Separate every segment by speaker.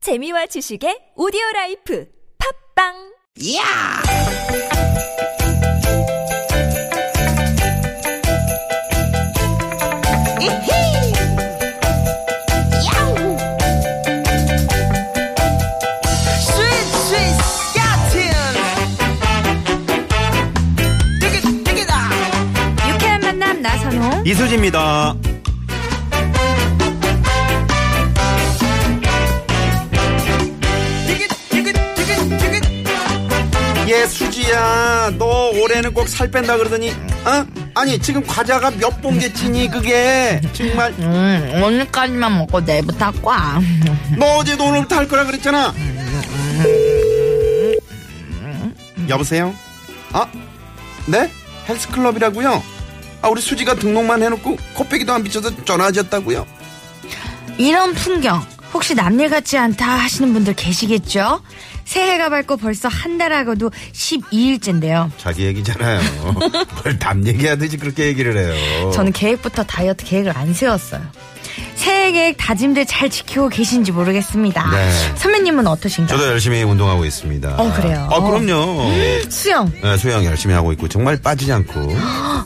Speaker 1: 재미와 지식의 오디오 라이프 팝빵
Speaker 2: 야! 이히! 야우! 스윗, 스윗, 야틴! 되게, 되게다!
Speaker 3: 유쾌한 만남 나선홍
Speaker 4: 이수지입니다.
Speaker 2: 되게, 되게, 되게, 되게!
Speaker 4: 예, 수지야. 너 올해는 꼭 살 뺀다 그러더니, 어? 아니, 지금 과자가 몇 봉지 찌니, 그게? 정말.
Speaker 3: 음, 오늘까지만 먹고 내일부터 꽉
Speaker 4: 너 어제 오늘부터 할 거라 그랬잖아. 여보세요? 아, 네? 헬스클럽이라고요? 아, 우리 수지가 등록만 해놓고 코빼기도 안 비춰서 전화하셨다고요?
Speaker 3: 이런 풍경 혹시 남일 같지 않다 하시는 분들 계시겠죠? 새해가 밝고 벌써 한 달하고도 12일째인데요
Speaker 4: 자기 얘기잖아요. 뭘 남 얘기하듯이 그렇게 얘기를 해요.
Speaker 3: 저는 계획부터 다이어트 계획을 안 세웠어요 새해 계획 다짐들 잘 지키고 계신지 모르겠습니다
Speaker 4: 네.
Speaker 3: 선배님은 어떠신가요?
Speaker 4: 저도 열심히 운동하고 있습니다.
Speaker 3: 어, 그래요?
Speaker 4: 아, 그럼요.
Speaker 3: 수영
Speaker 4: 네, 수영 열심히 하고 있고 정말 빠지지 않고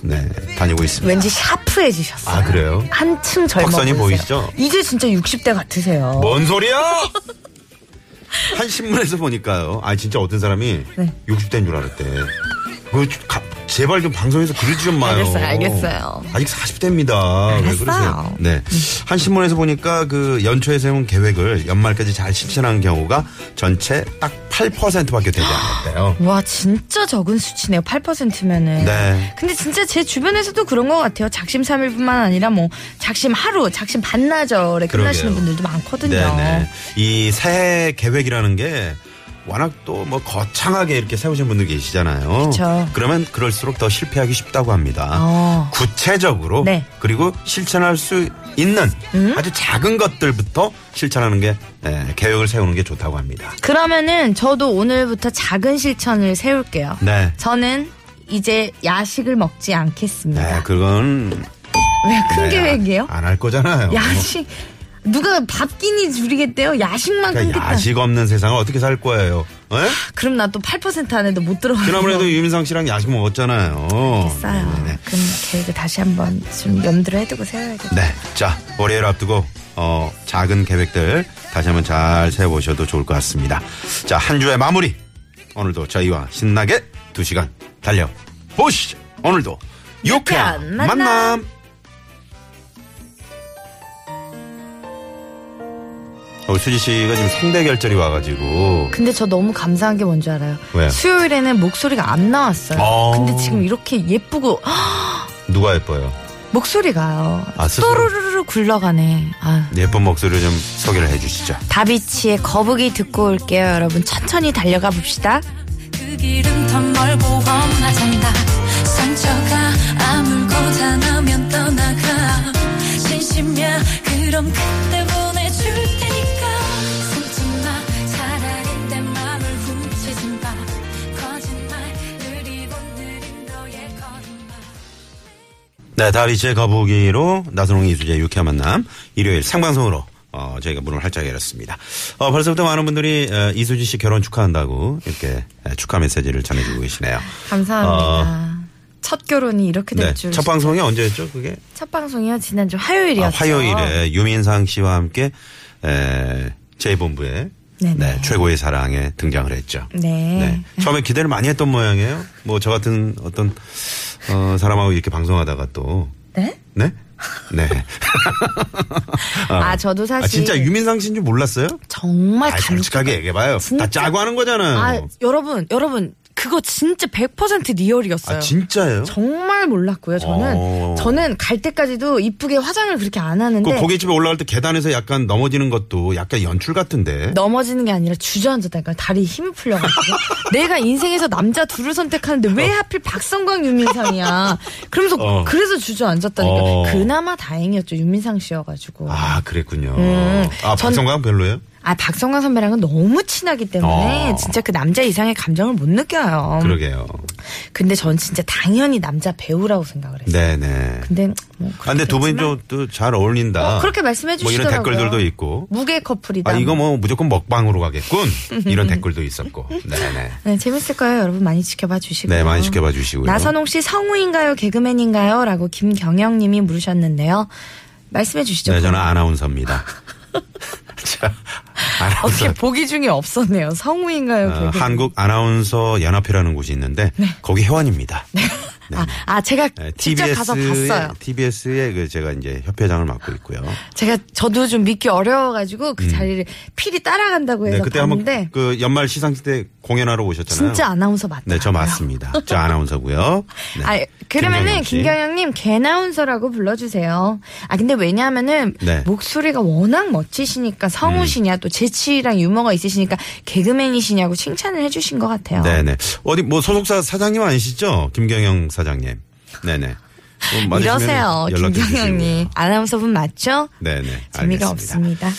Speaker 4: 네 다니고 있습니다.
Speaker 3: 왠지 샤프해지셨어요
Speaker 4: 아 그래요?
Speaker 3: 한층 젊어
Speaker 4: 턱선이
Speaker 3: 보이세요.
Speaker 4: 보이시죠? 뭐?
Speaker 3: 이제 진짜 60대 같으세요
Speaker 4: 뭔 소리야? 한 신문에서 보니까요. 아 진짜 어떤 사람이
Speaker 3: 네.
Speaker 4: 60대인 줄 알았대. 그 제발 좀 방송에서 그러지 좀 마요.
Speaker 3: 알겠어요, 알겠어요.
Speaker 4: 아직 40대입니다. 왜
Speaker 3: 알았어요.
Speaker 4: 그러세요? 네. 한 신문에서 보니까 그 연초에 세운 계획을 연말까지 잘 실천한 경우가 전체 딱 8%밖에 되지 않았대요.
Speaker 3: 와 진짜 적은 수치네요. 8%면은.
Speaker 4: 네.
Speaker 3: 근데 진짜 제 주변에서도 그런 것 같아요. 작심 삼일뿐만 아니라 뭐 작심 하루, 작심 반나절에 끝나시는
Speaker 4: 그러게요.
Speaker 3: 분들도 많거든요.
Speaker 4: 네네. 이 새해 계획이라는 게 워낙 또 뭐 거창하게 이렇게 세우신 분들 계시잖아요.
Speaker 3: 그쵸.
Speaker 4: 러면 그럴수록 더 실패하기 쉽다고 합니다.
Speaker 3: 어.
Speaker 4: 구체적으로
Speaker 3: 네. 음?
Speaker 4: 그리고 실천할 수 있는 아주 작은 것들부터 실천하는 게 예, 계획을 세우는 게 좋다고 합니다.
Speaker 3: 그러면은 저도 오늘부터 작은 실천을 세울게요.
Speaker 4: 네.
Speaker 3: 저는 이제 야식을 먹지 않겠습니다.
Speaker 4: 네, 그건
Speaker 3: 왜 큰
Speaker 4: 네,
Speaker 3: 계획이에요?
Speaker 4: 안 할 거잖아요. 어.
Speaker 3: 야식 누가 밥 끼니 줄이겠대요? 야식만큼
Speaker 4: 그러니까 야식 없는 세상을 어떻게 살 거예요? 예?
Speaker 3: 그럼 나 또 8% 안에도 못 들어가요.
Speaker 4: 지난번에도 유민상 씨랑 야식 먹었잖아요.
Speaker 3: 싸요.
Speaker 4: 네네네.
Speaker 3: 그럼 계획을 다시 한번 좀 염두를 해두고 세워야겠다.
Speaker 4: 네. 자, 월요일 앞두고, 어, 작은 계획들 다시 한번 잘 세워보셔도 좋을 것 같습니다. 자, 한 주의 마무리. 오늘도 저희와 신나게 두 시간 달려보시죠. 오늘도
Speaker 3: 유쾌한
Speaker 4: 유쾌한
Speaker 3: 만남.
Speaker 4: 만남. 우리 어, 수지 씨가 지금 상대 결절이 와가지고.
Speaker 3: 근데 저 너무 감사한 게 뭔지 알아요?
Speaker 4: 왜요?
Speaker 3: 수요일에는 목소리가 안 나왔어요.
Speaker 4: 아.
Speaker 3: 근데 지금 이렇게 예쁘고
Speaker 4: 누가 예뻐요?
Speaker 3: 목소리가요.
Speaker 4: 아, 스스로?
Speaker 3: 또르르르 굴러가네. 아.
Speaker 4: 예쁜 목소리를 좀 소개를 해주시죠.
Speaker 3: 다비치의 거북이 듣고 올게요, 여러분. 천천히 달려가 봅시다.
Speaker 5: 그 길은 더 멀고 험하단다 상처가 아물고다 나면 떠나가 진심이야 그럼 그때 보내줄 테니까 숨지마 차라리 내 맘을 훔치지마 거짓말 느리고 느린 너의 걸음마
Speaker 4: 네, 다비치의 거북이로 나선홍이 수지의 유쾌한 만남 일요일 생방송으로 어, 저희가 문을 활짝 열었습니다. 어, 벌써부터 많은 분들이 어, 이수지 씨 결혼 축하한다고 이렇게 에, 축하 메시지를 전해주고 계시네요.
Speaker 3: 아, 감사합니다. 첫 결혼이 이렇게 될
Speaker 4: 아. 네,
Speaker 3: 줄.
Speaker 4: 첫 방송이 언제였죠? 그게
Speaker 3: 첫 방송이요? 지난주
Speaker 4: 아,
Speaker 3: 화요일이었죠.
Speaker 4: 화요일에 유민상 씨와 함께 에, 제이본부의
Speaker 3: 네네.
Speaker 4: 네, 최고의 사랑에 등장을 했죠.
Speaker 3: 네.
Speaker 4: 네. 처음에 기대를 많이 했던 모양이에요. 뭐 저 같은 어떤 어, 사람하고 이렇게 방송하다가 또
Speaker 3: 네?
Speaker 4: 네? 네.
Speaker 3: 아, 저도 사실.
Speaker 4: 아, 진짜 유민상 씨인 줄 몰랐어요?
Speaker 3: 정말
Speaker 4: 아,
Speaker 3: 감
Speaker 4: 솔직하게 얘기해봐요.
Speaker 3: 진짜-
Speaker 4: 다 짜고 하는 거잖아요.
Speaker 3: 아,
Speaker 4: 아,
Speaker 3: 여러분, 여러분, 그거 진짜 100% 리얼이었어요.
Speaker 4: 아, 진짜예요?
Speaker 3: 정말 몰랐고요. 저는
Speaker 4: 어.
Speaker 3: 저는 갈 때까지도 이쁘게 화장을 그렇게 안
Speaker 4: 그
Speaker 3: 하는데
Speaker 4: 고깃집에 올라갈 때 계단에서 약간 넘어지는 것도 약간 연출 같은데.
Speaker 3: 넘어지는 게 아니라 주저앉았다니까 다리 에 힘이 풀려가지고 내가 인생에서 남자 둘을 선택하는데 왜 하필 박성광 윤민상이야? 그러면서
Speaker 4: 어.
Speaker 3: 그래서 주저앉았다니까
Speaker 4: 어.
Speaker 3: 그나마 다행이었죠 윤민상 씨여가지고
Speaker 4: 아, 그랬군요.
Speaker 3: 음,
Speaker 4: 아,
Speaker 3: 전-
Speaker 4: 박성광 별로예요?
Speaker 3: 아 박성광 선배랑은 너무 친하기 때문에
Speaker 4: 어.
Speaker 3: 진짜 그 남자 이상의 감정을 못 느껴요.
Speaker 4: 그러게요.
Speaker 3: 근데 전 진짜 당연히 남자 배우라고 생각을 했어요.
Speaker 4: 네네.
Speaker 3: 근데 뭐
Speaker 4: 아, 근데 두 분이 좀잘 어울린다.
Speaker 3: 어, 그렇게 말씀해
Speaker 4: 뭐 이런
Speaker 3: 주시더라고요. 음.
Speaker 4: 댓글들도 있고.
Speaker 3: 무게 커플이다.
Speaker 4: 아, 이거 뭐 무조건 먹방으로 가겠군. 이런 댓글도 있었고. 네네.
Speaker 3: 네, 재밌을 거예요. 여러분 많이 지켜봐 주시고요.
Speaker 4: 네, 많이 지켜봐 주시고요.
Speaker 3: 나선홍 씨 성우인가요? 개그맨인가요? 라고 김경영 님이 물으셨는데요. 말씀해 주시죠.
Speaker 4: 네, 저는 아나운서입니다. 자, 아나운서.
Speaker 3: 어떻게 보기 중에 없었네요. 성우인가요?
Speaker 4: 어,
Speaker 3: 개그맨?
Speaker 4: 한국 아나운서 연합회라는 곳이 있는데 거기 회원입니다.
Speaker 3: 아, 아, 제가
Speaker 4: 네,
Speaker 3: 네. 직접 가서 봤어요.
Speaker 4: TBS의 그 제가 이제 협회장을 맡고 있고요.
Speaker 3: 제가 저도 좀 믿기 어려워가지고 그 자리를 필히 따라간다고 해서
Speaker 4: 음. 네, 그때
Speaker 3: 봤는데
Speaker 4: 한번 그 연말 시상식 때 공연하러 오셨잖아요.
Speaker 3: 진짜 아나운서 맞다.
Speaker 4: 네, 저 맞습니다. 저 아나운서고요. 네.
Speaker 3: 아, 그러면은
Speaker 4: 김경영 씨.
Speaker 3: 김경영님 개나운서라고 불러주세요. 아 근데 왜냐하면은
Speaker 4: 네. 음.
Speaker 3: 목소리가 워낙 멋지시니까 성우시냐 또 재치랑 유머가 있으시니까 개그맨이시냐고 칭찬을 해주신 것 같아요.
Speaker 4: 네네. 어디 뭐 소속사 사장님 아니시죠? 김경영 사장님. 네네. 뭐 맞으시면
Speaker 3: 이러세요,
Speaker 4: 연락 주시고요.
Speaker 3: 김경영님 아나운서분 맞죠?
Speaker 4: 네네. 알겠습니다.
Speaker 3: 재미가 없습니다.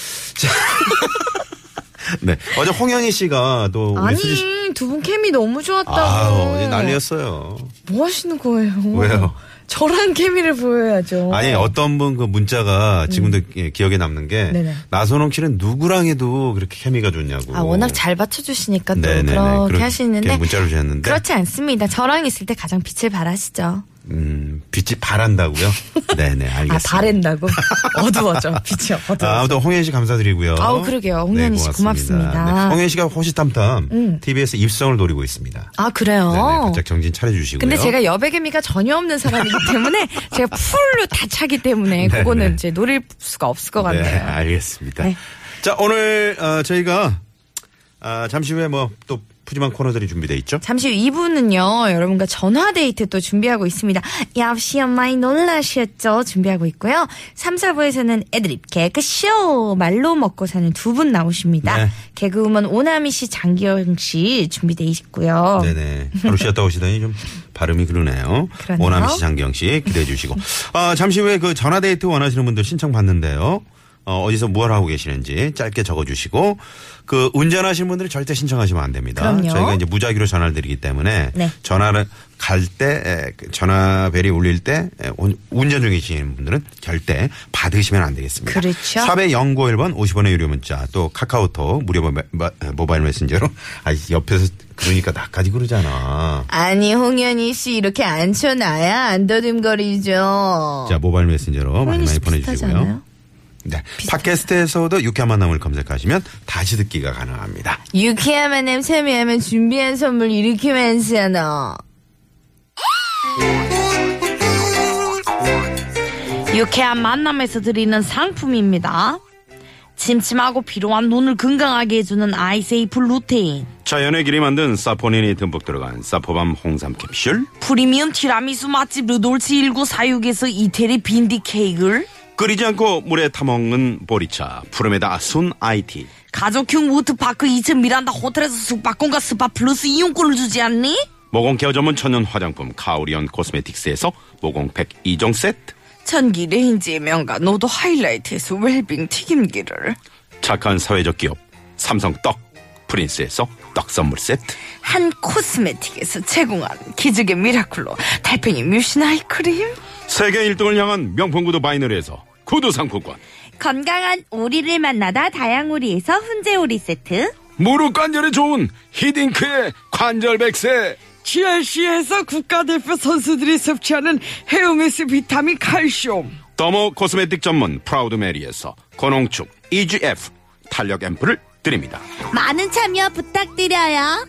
Speaker 4: 네. 어제 홍현희 씨가 또 우리 수지 어, 씨.
Speaker 3: 아니 두 분 케미 너무 좋았다고.
Speaker 4: 아우, 이제 난리였어요.
Speaker 3: 뭐 하시는 거예요?
Speaker 4: 왜요?
Speaker 3: 저랑 케미를 보여야죠.
Speaker 4: 아니 어떤 분 그 문자가 지금도 예, 기억에 남는 게
Speaker 3: 음. 네네.
Speaker 4: 나선홍 씨는 누구랑 해도 그렇게 케미가 좋냐고.
Speaker 3: 아, 워낙 잘 맞춰주시니까 또
Speaker 4: 네네네.
Speaker 3: 그렇게
Speaker 4: 그렇게
Speaker 3: 하시는데
Speaker 4: 문자를 주셨는데.
Speaker 3: 그렇지 않습니다. 저랑 있을 때 가장 빛을 발하시죠.
Speaker 4: 음, 빛이 바란다고요? 네네 알겠습니다.
Speaker 3: 아 바랜다고 어두워져 빛이
Speaker 4: 아,
Speaker 3: 어두워.
Speaker 4: 아무튼 홍현 씨 감사드리고요. 네,
Speaker 3: 아우, 그러게요. 홍현희 씨 고맙습니다. 음.
Speaker 4: 홍현 씨가 호시탐탐 TBS 입성을 노리고 있습니다.
Speaker 3: 아
Speaker 4: 네네,
Speaker 3: 그래요.
Speaker 4: 바짝 정신 차려주시고요.
Speaker 3: 근데 제가 여백의미가 전혀 없는 사람이기 때문에 제가 풀로 다 차기 때문에 그거는 이제 노릴 수가 없을 것
Speaker 4: 네,
Speaker 3: 같네요.
Speaker 4: 알겠습니다.
Speaker 3: 네.
Speaker 4: 자 오늘 어, 저희가 아, 잠시 후에 뭐 또 푸짐한 코너들이 준비돼 있죠.
Speaker 3: 잠시 후 2부는요, 여러분과 전화데이트 또 준비하고 있습니다. 역시 엄마이 놀라셨죠? 준비하고 있고요. 3, 4부에서는 애드립 개그쇼! 말로 먹고 사는 두 분 나오십니다.
Speaker 4: 네.
Speaker 3: 개그우먼 오나미 씨, 장기영 씨 준비돼 있고요.
Speaker 4: 네네. 하루 쉬었다 오시더니 좀 발음이 그러네요.
Speaker 3: 그러네요.
Speaker 4: 오남 씨, 장경 씨 기대해 주시고. 아, 잠시 후에 그 전화 데이트 원하시는 분들 신청 받는데요. 어, 어디서 무엇 하고 계시는지 짧게 적어 주시고 그 운전하시는 분들은 절대 신청하시면 안 됩니다.
Speaker 3: 그럼요.
Speaker 4: 저희가 이제 무작위로 전화를 드리기 때문에
Speaker 3: 네.
Speaker 4: 전화를 갈 때그 전화벨이 울릴 때 에, 운- 운전 중이신 분들은 절대 받으시면 안 되겠습니다.
Speaker 3: 그렇죠.
Speaker 4: 샵의 0951번 50원의 유료 문자 또 카카오톡 무료 모바- 마- 모바일 메신저로 아 옆에서 그러니까 나까지 그러잖아.
Speaker 3: 아니, 홍현희 씨 이렇게 앉혀놔야 안 더듬거리죠.
Speaker 4: 자 모바일 메신저로 많이
Speaker 3: 홍현희
Speaker 4: 많이
Speaker 3: 씨
Speaker 4: 보내주시고요.
Speaker 3: 어. 비슷하잖아요.
Speaker 4: 네 팟캐스트에서도 유쾌한 만남을 검색하시면 다시 듣기가 가능합니다.
Speaker 3: 유쾌한 만남 참여하면 준비한 선물 이렇게 많잖아. 유쾌한 만남에서 드리는 상품입니다. 침침하고 피로한 눈을 건강하게 해주는 아이세이프 루테인,
Speaker 4: 자연의 길이 만든 사포닌이 듬뿍 들어간 사포밤 홍삼 캡슐
Speaker 3: 프리미엄 티라미수 맛집 르돌치 1946에서 이태리 빈디 케이크를,
Speaker 4: 끓이지 않고 물에 타먹는 보리차 푸르메다 순 아이티
Speaker 3: 가족형 워터파크 2층 미란다 호텔에서 숙박권과 스파 플러스 이용권을 주지 않니?
Speaker 4: 모공 케어 전문 천연 화장품 카오리언 코스메틱스에서 모공팩 2종 세트
Speaker 3: 전기 레인지의 명가 노도 하이라이트에서 웰빙 튀김기를
Speaker 4: 착한 사회적 기업 삼성 떡 프린스에서 떡 선물 세트
Speaker 3: 한 코스메틱에서 제공한 기적의 미라클로 달팽이 뮤신 아이크림
Speaker 4: 세계 1등을 향한 명품 구두 바이너리에서 구두 상품권
Speaker 3: 건강한 오리를 만나다 다양오리에서 훈제오리 세트
Speaker 4: 무릎 관절에 좋은 히딩크의 관절 백세
Speaker 6: GRC에서 국가대표 선수들이 섭취하는 해용에서 비타민 칼슘
Speaker 4: 더모 코스메틱 전문 프라우드 메리에서 건홍축 EGF 탄력 앰플을 드립니다
Speaker 3: 많은 참여 부탁드려요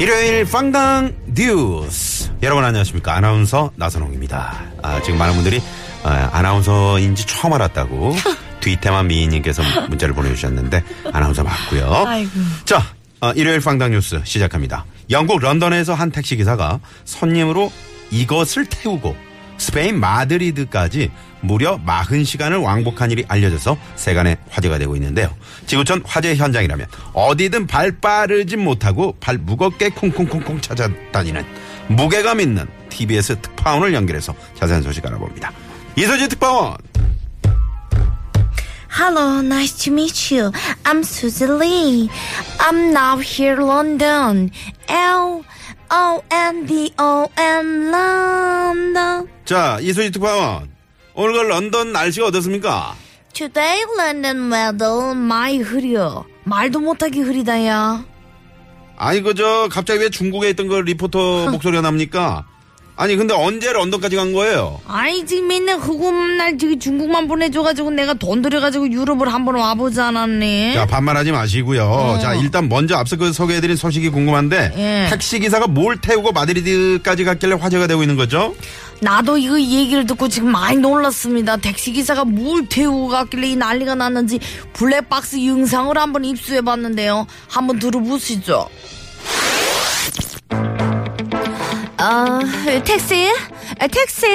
Speaker 4: 일요일 빵당 뉴스 여러분 안녕하십니까 아나운서 나선홍입니다 아, 지금 많은 분들이 아, 아나운서인지 처음 알았다고 뒤태만 미인님께서 문자를 보내주셨는데 아나운서 맞고요 자 아, 일요일 빵당 뉴스 시작합니다 영국 런던에서 한 택시기사가 손님으로 이것을 태우고 스페인 마드리드까지 무려 40시간을 왕복한 일이 알려져서 세간의 화제가 되고 있는데요. 지구촌 화재 현장이라면 어디든 발 빠르지 못하고 발 무겁게 콩콩콩콩 찾아다니는 무게감 있는 TBS 특파원을 연결해서 자세한 소식 알아봅니다. 이서진 특파원!
Speaker 3: Hello, nice to meet you. I'm Susie Lee. I'm now here London. L O N D O N London.
Speaker 4: 자, 이수지 특파원. 오늘 그 런던 날씨가 어떻습니까?
Speaker 3: Today London weather 많이 흐려. 말도 못하게 흐리다야.
Speaker 4: 아니, 그저 갑자기 왜 중국에 있던 그 리포터 목소리가 납니까? 아니, 근데 언제 런던까지 간 거예요?
Speaker 3: 아이 지금 맨날 그거 맨날 저기 중국만 보내줘가지고 내가 돈 들여가지고 유럽을 한번 와보지 않았니?
Speaker 4: 자, 반말하지 마시고요. 자, 일단 먼저 앞서 그 소개해드린 소식이 궁금한데
Speaker 3: 어. 예.
Speaker 4: 택시 기사가 뭘 태우고 마드리드까지 갔길래 화제가 되고 있는 거죠?
Speaker 3: 나도 이거 이 얘기를 듣고 지금 많이 놀랐습니다. 택시기사가 뭘 태우고 갔길래 이 난리가 났는지 블랙박스 영상을 한번 입수해봤는데요. 한번 들어보시죠. 아, 택시? 아, 택시!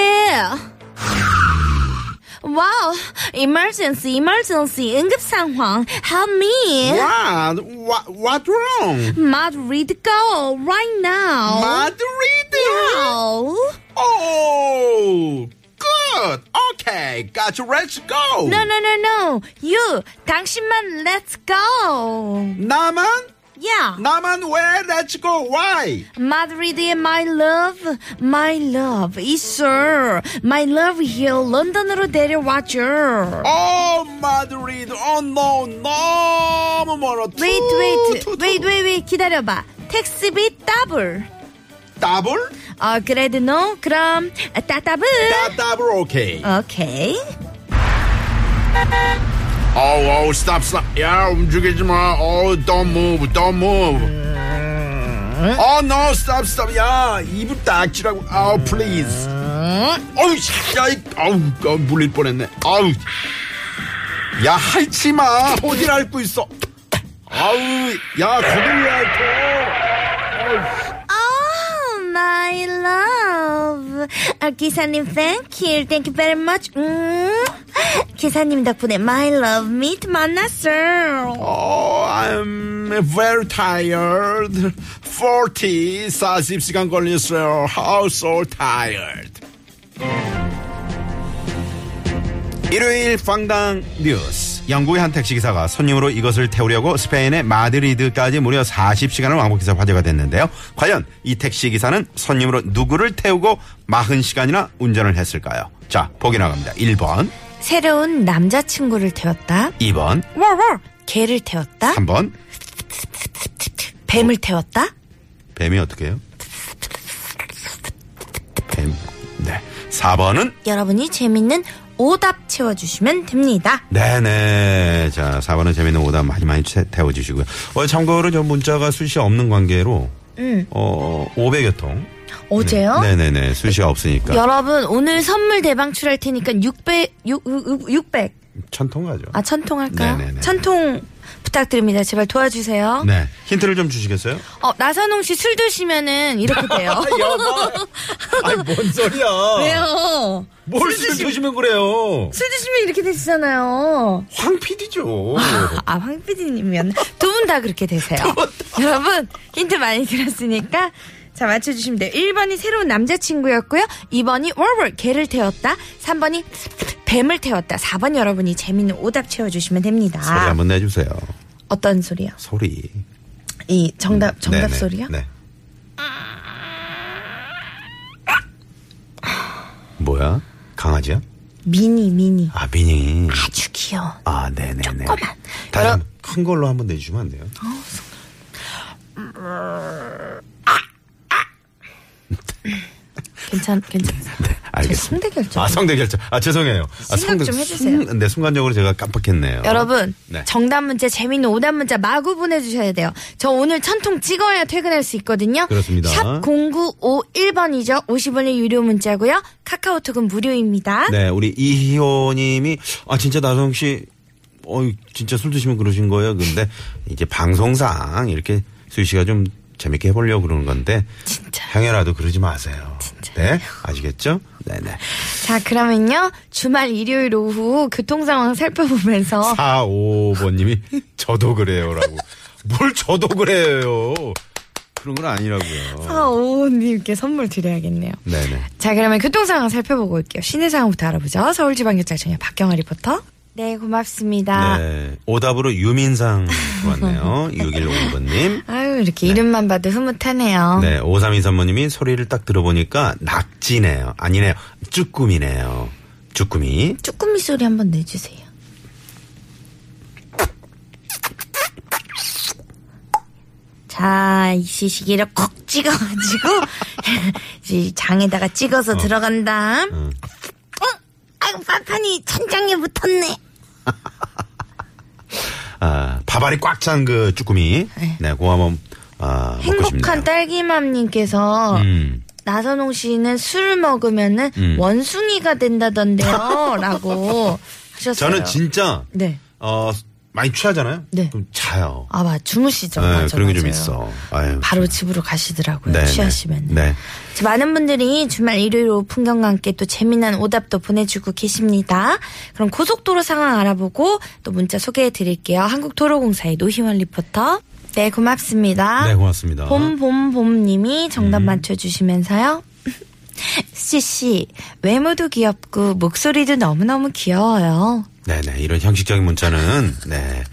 Speaker 3: 와우, emergency, emergency, 응급상황, help me!
Speaker 4: What? What? What wrong?
Speaker 3: Madrid, go, right now!
Speaker 4: 마드리드!
Speaker 3: No!
Speaker 4: Oh! Good! Okay, gotcha, let's go!
Speaker 3: No, no, no, no. You, 당신만 let's go.
Speaker 4: 나만?
Speaker 3: Yeah.
Speaker 4: 나만 왜 Let's go why?
Speaker 3: Madrid의 my love, my love. 있어. My love here. 런던으로 데려와줘.
Speaker 4: Oh Madrid, oh no, 너무 멀어. 투,
Speaker 3: Wait, wait.
Speaker 4: 투, 투.
Speaker 3: Wait, wait, wait. 기다려봐. 택시비 더블.
Speaker 4: 더블?
Speaker 3: 어, 그래도 no. 그럼 아, 따따블.
Speaker 4: 다 더블 오케이.
Speaker 3: 오케이.
Speaker 4: Oh, oh, stop, stop. 야 움직이지 마. Oh, don't move, don't move. Oh no, stop, stop. 야 이불 닦지라고. Oh, please. 어우, 씨, 야, 이- 아우, 어, 물릴 뻔했네. 아우. 야, 핥지 마. 어디를 핥고 있어. 아우, 야, 거기를 왜 핥고.
Speaker 3: Oh, my love. 아, 기사님, thank you. Thank you very much. 음. 기사님 덕분에 my love meet 만났어.
Speaker 4: Oh, I'm very tired. 40, 40시간 걸렸어요. How so tired? 일요일 빵당 뉴스. 영국의 한 택시기사가 손님으로 이것을 태우려고 스페인의 마드리드까지 무려 40시간을 왕복해서 화제가 됐는데요. 과연 이 택시기사는 손님으로 누구를 태우고 40시간이나 운전을 했을까요? 자, 보기 나갑니다. 1번,
Speaker 3: 새로운 남자친구를 태웠다.
Speaker 4: 2번,
Speaker 3: 워워. 개를 태웠다.
Speaker 4: 3번.
Speaker 3: 뱀을 태웠다.
Speaker 4: 뱀이 어떻게 해요? 뱀. 네. 4번은?
Speaker 3: 여러분이 재밌는 오답 채워주시면 됩니다.
Speaker 4: 네, 네네. 자, 4번은 재밌는 오답 많이 많이 채- 태워주시고요. 어, 참고로 저 문자가 수시 없는 관계로, 어, 500여 통.
Speaker 3: 음. 어제요?
Speaker 4: 네. 네네 수시 없으니까.
Speaker 3: 여러분, 오늘 선물 대방출할 테니까 600, 6, 6, 600.
Speaker 4: 천통 가죠.
Speaker 3: 아, 천통 할까요?
Speaker 4: 네네네.
Speaker 3: 천통 부탁드립니다. 제발 도와주세요.
Speaker 4: 네. 힌트를 좀 주시겠어요?
Speaker 3: 어, 나선홍 씨 술 드시면은 이렇게 돼요.
Speaker 4: 여보! 아니, 뭔 소리야!
Speaker 3: 왜요?
Speaker 4: 뭘술 드시면 그래요!
Speaker 3: 술 드시면 이렇게 되시잖아요.
Speaker 4: 황 PD죠.
Speaker 3: 아, 황 PD님이면 두 분 다 그렇게 되세요. 여러분, 힌트 많이 들었으니까 자, 맞춰주시면 돼요. 1번이 새로운 남자친구였고요. 2번이 월월 개를 태웠다. 3번이 뱀을 태웠다. 4번 여러분이 재밌는 오답 채워주시면 됩니다.
Speaker 4: 소리 한번 내주세요.
Speaker 3: 어떤 소리요?
Speaker 4: 소리.
Speaker 3: 이 정답, 정답
Speaker 4: 네네.
Speaker 3: 소리요?
Speaker 4: 네. 뭐야? 강아지야?
Speaker 3: 미니, 미니.
Speaker 4: 아 미니.
Speaker 3: 아주 귀여워.
Speaker 4: 아 네네네.
Speaker 3: 조그만. 어?
Speaker 4: 다시
Speaker 3: 여러-
Speaker 4: 한번 큰 걸로 한번 내주면 안 돼요?
Speaker 3: 괜찮, 괜찮아. 제
Speaker 4: 네, 알겠습니다.
Speaker 3: 성대 결정.
Speaker 4: 아 성대 결정. 아 죄송해요. 아,
Speaker 3: 생각 좀 해주세요.
Speaker 4: 순, 네 순간적으로 제가 깜빡했네요.
Speaker 3: 어? 여러분
Speaker 4: 네.
Speaker 3: 정답 문자 재미있는 오답 문자 마구 보내주셔야 돼요 저 오늘 천통 찍어야 퇴근할 수 있거든요
Speaker 4: 그렇습니다.
Speaker 3: 샵 0951번이죠 50원의 유료 문자고요 카카오톡은 무료입니다
Speaker 4: 네 우리 이희호님이 아 진짜 나성 씨, 어 진짜 술 드시면 그러신 거예요. 근데 이제 방송상 이렇게 수희 씨가 좀 재밌게 해보려고 그러는 건데
Speaker 3: 진짜
Speaker 4: 행여라도 그러지 마세요.
Speaker 3: 진짜.
Speaker 4: 때 아시겠죠? 네네.
Speaker 3: 자, 그러면요. 주말 일요일 오후 교통 상황 살펴보면서
Speaker 4: 455번님이 저도 그래요라고. 뭘 저도 그래요. 그런 건 아니라고요.
Speaker 3: 사오님께 선물 드려야겠네요.
Speaker 4: 네네.
Speaker 3: 자, 그러면 교통 상황 살펴보고 올게요. 시내 상황부터 알아보죠. 서울지방경찰청의 박경아 리포터. 네, 고맙습니다.
Speaker 4: 네. 오답으로 유민상 왔네요. 6155번님.
Speaker 3: 아유, 이렇게 이름만 봐도 흐뭇하네요.
Speaker 4: 네, 5323번님이 소리를 딱 들어보니까 낙지네요. 아니네요. 쭈꾸미네요. 쭈꾸미.
Speaker 3: 쭈꾸미 소리 한번 내주세요. 자, 이 시시기를 콕 찍어가지고, 이 장에다가 찍어서 들어간다.
Speaker 4: 응.
Speaker 3: 어? 아이고, 파판이 천장에 붙었네.
Speaker 4: 아, 밥알이 꽉 찬 그 쭈꾸미. 네, 그거 한번, 아, 먹고 싶네요.
Speaker 3: 행복한 딸기맘님께서,
Speaker 4: 음.
Speaker 3: 나선홍 씨는 술을 먹으면은
Speaker 4: 음.
Speaker 3: 원숭이가 된다던데요. 라고 하셨어요.
Speaker 4: 저는 진짜,
Speaker 3: 네.
Speaker 4: 어, 많이 취하잖아요?
Speaker 3: 네.
Speaker 4: 그럼 자요.
Speaker 3: 아, 맞, 주무시죠.
Speaker 4: 네,
Speaker 3: 맞아,
Speaker 4: 그런 게 좀
Speaker 3: 맞아요.
Speaker 4: 있어. 아유,
Speaker 3: 바로
Speaker 4: 참.
Speaker 3: 집으로 가시더라고요.
Speaker 4: 네,
Speaker 3: 취하시면.
Speaker 4: 네. 네.
Speaker 3: 많은 분들이 주말 일요일 오후 풍경과 함께 또 재미난 오답도 보내주고 계십니다. 그럼 고속도로 상황 알아보고 또 문자 소개해 드릴게요. 한국도로공사의 노희원 리포터. 네, 고맙습니다. 음.
Speaker 4: 네, 고맙습니다.
Speaker 3: 봄, 봄, 봄님이 정답 맞춰주시면서요. 씨씨, 외모도 귀엽고 목소리도 너무너무 귀여워요.
Speaker 4: 네네, 이런 형식적인 문자는, 네.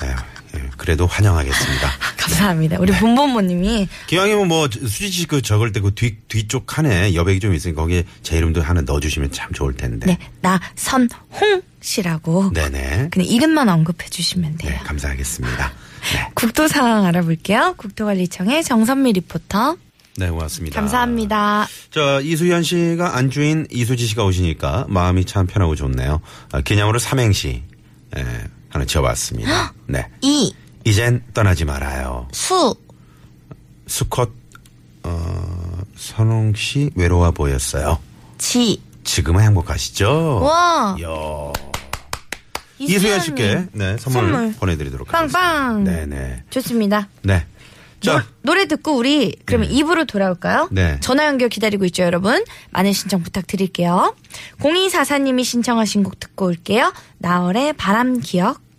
Speaker 4: 아유, 예, 그래도 환영하겠습니다.
Speaker 3: 아, 감사합니다. 우리 봄봄모님이
Speaker 4: 기왕이면 뭐 수지 씨 그 적을 때 그 뒤 뒤쪽 칸에 여백이 좀 있으니까 거기에 제 이름도 하나 넣어주시면 참 좋을 텐데.
Speaker 3: 네, 나선홍 씨라고.
Speaker 4: 네, 네.
Speaker 3: 그냥 이름만 언급해 주시면 돼요.
Speaker 4: 네, 감사하겠습니다. 네,
Speaker 3: 국도 상황 알아볼게요. 국토관리청의 정선미 리포터.
Speaker 4: 네, 고맙습니다.
Speaker 3: 감사합니다.
Speaker 4: 저 이수현 씨가 안주인 이수지 씨가 오시니까 마음이 참 편하고 좋네요. 아, 기념으로 삼행시 예, 하나 지어봤습니다. 네,
Speaker 3: 이,
Speaker 4: 이젠 떠나지 말아요.
Speaker 3: 수,
Speaker 4: 수컷 어, 선홍 씨 외로워 보였어요.
Speaker 3: 지.
Speaker 4: 지금은 행복하시죠?
Speaker 3: 와.
Speaker 4: 이야. 이수연 씨께 네, 선물,
Speaker 3: 선물.
Speaker 4: 보내드리도록
Speaker 3: 빵빵.
Speaker 4: 하겠습니다. 네네.
Speaker 3: 좋습니다.
Speaker 4: 네. 자,
Speaker 3: 노래 듣고 우리 그러면 입으로 돌아올까요?
Speaker 4: 네.
Speaker 3: 전화 연결 기다리고 있죠, 여러분. 많은 신청 부탁드릴게요. 0244님이 신청하신 곡 듣고 올게요. 나월의 바람 기억.